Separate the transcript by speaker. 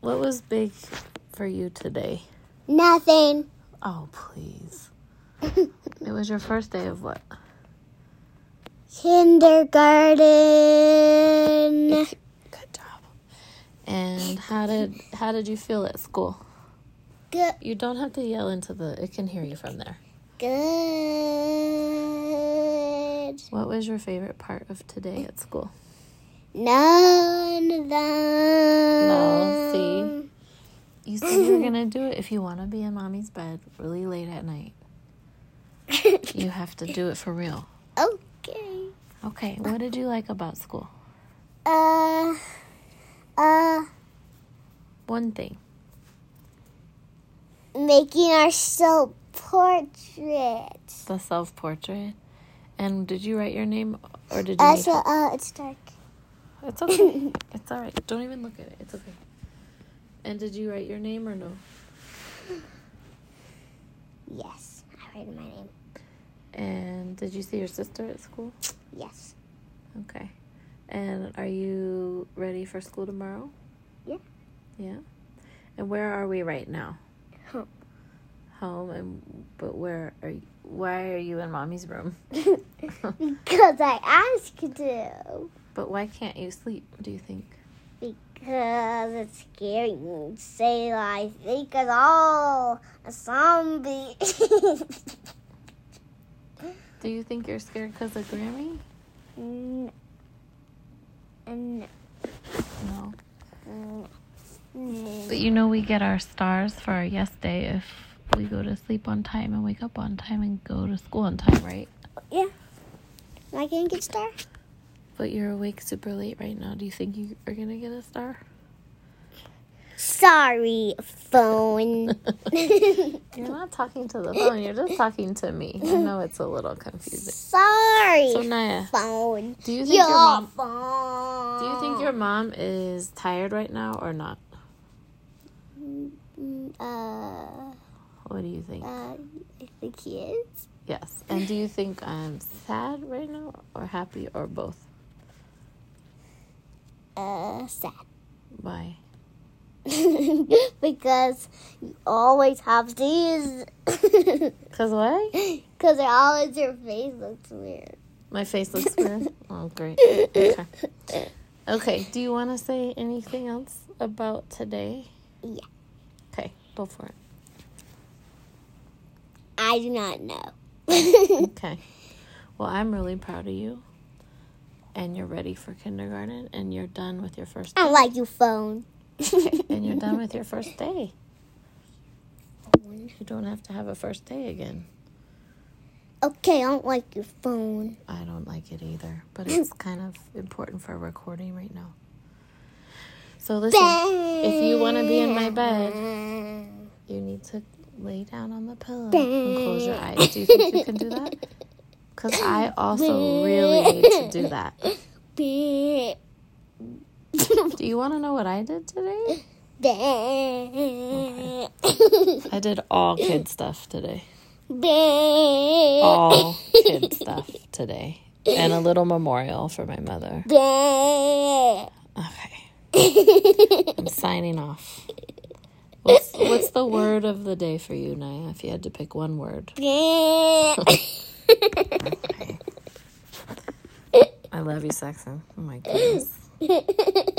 Speaker 1: What was big for you today?
Speaker 2: Nothing.
Speaker 1: Oh, please. it was your first day of what?
Speaker 2: Kindergarten.
Speaker 1: Good job. And how did how did you feel at school?
Speaker 2: Good.
Speaker 1: You don't have to yell into the it can hear you from there.
Speaker 2: Good.
Speaker 1: What was your favorite part of today at school?
Speaker 2: None of them.
Speaker 1: No, see? You said you were gonna do it if you wanna be in mommy's bed really late at night. You have to do it for real.
Speaker 2: okay.
Speaker 1: Okay, what did you like about school?
Speaker 2: Uh. Uh.
Speaker 1: One thing.
Speaker 2: Making our self portraits.
Speaker 1: The self portrait. And did you write your name or did you
Speaker 2: Uh,
Speaker 1: need
Speaker 2: so, uh, it's dark.
Speaker 1: It's okay. it's all right. Don't even look at it. It's okay. And did you write your name or no?
Speaker 2: Yes. I read my name.
Speaker 1: And did you see your sister at school?
Speaker 2: Yes.
Speaker 1: Okay. And are you ready for school tomorrow?
Speaker 2: Yeah.
Speaker 1: Yeah. And where are we right now?
Speaker 2: Home.
Speaker 1: Home and but where are you, why are you in mommy's room?
Speaker 2: Because I asked to.
Speaker 1: But why can't you sleep, do you think?
Speaker 2: Because it's scary and say I think it's all a zombie.
Speaker 1: Do you think you're scared because of Grammy?
Speaker 2: N- n-
Speaker 1: No.
Speaker 2: n-
Speaker 1: But
Speaker 2: n-
Speaker 1: you know we get our stars for our yes day if we go to sleep on time and wake up on time and go to school on time, right?
Speaker 2: yeah. Am I gonna get star?
Speaker 1: But you're awake super late right now. Do you think you are gonna get a star?
Speaker 2: Sorry, phone.
Speaker 1: You're not talking to the phone. You're just talking to me. I know it's a little confusing.
Speaker 2: Sorry,
Speaker 1: So Naya,
Speaker 2: phone.
Speaker 1: do you think
Speaker 2: Your
Speaker 1: your mom?
Speaker 2: phone.
Speaker 1: Do you think your mom is tired right now or not?
Speaker 2: Mm, Uh,
Speaker 1: What do you think?
Speaker 2: uh, I think he is.
Speaker 1: Yes. And do you think I'm sad right now or happy or both?
Speaker 2: Uh, sad.
Speaker 1: Why?
Speaker 2: because you always have these.
Speaker 1: Cause why?
Speaker 2: Because always your face looks weird.
Speaker 1: My face looks weird. oh, great. Okay. Okay. Do you want to say anything else about today?
Speaker 2: Yeah.
Speaker 1: Okay. Go for it.
Speaker 2: I do not know.
Speaker 1: Okay. Well, I'm really proud of you. And you're ready for kindergarten and you're done with your first
Speaker 2: I don't like you, phone.
Speaker 1: and you're done with your first day. You don't have to have a first day again.
Speaker 2: Okay, I don't like your phone.
Speaker 1: I don't like it either, but it's kind of important for recording right now. So listen, if you want to be in my bed, you need to lay down on the pillow and close your eyes. Do you think you can do that? Cuz I also really need to do that.
Speaker 2: Bang.
Speaker 1: Do you want to know what I did today?
Speaker 2: Bang.
Speaker 1: I did all kid stuff today.
Speaker 2: Bang.
Speaker 1: all kid stuff today and a little memorial for my mother.
Speaker 2: Bang.
Speaker 1: Okay. I'm signing off. What's, what's the word of the day for you, Naya, if you had to pick one word? I love you, Saxon. Oh my goodness.
Speaker 2: Bang.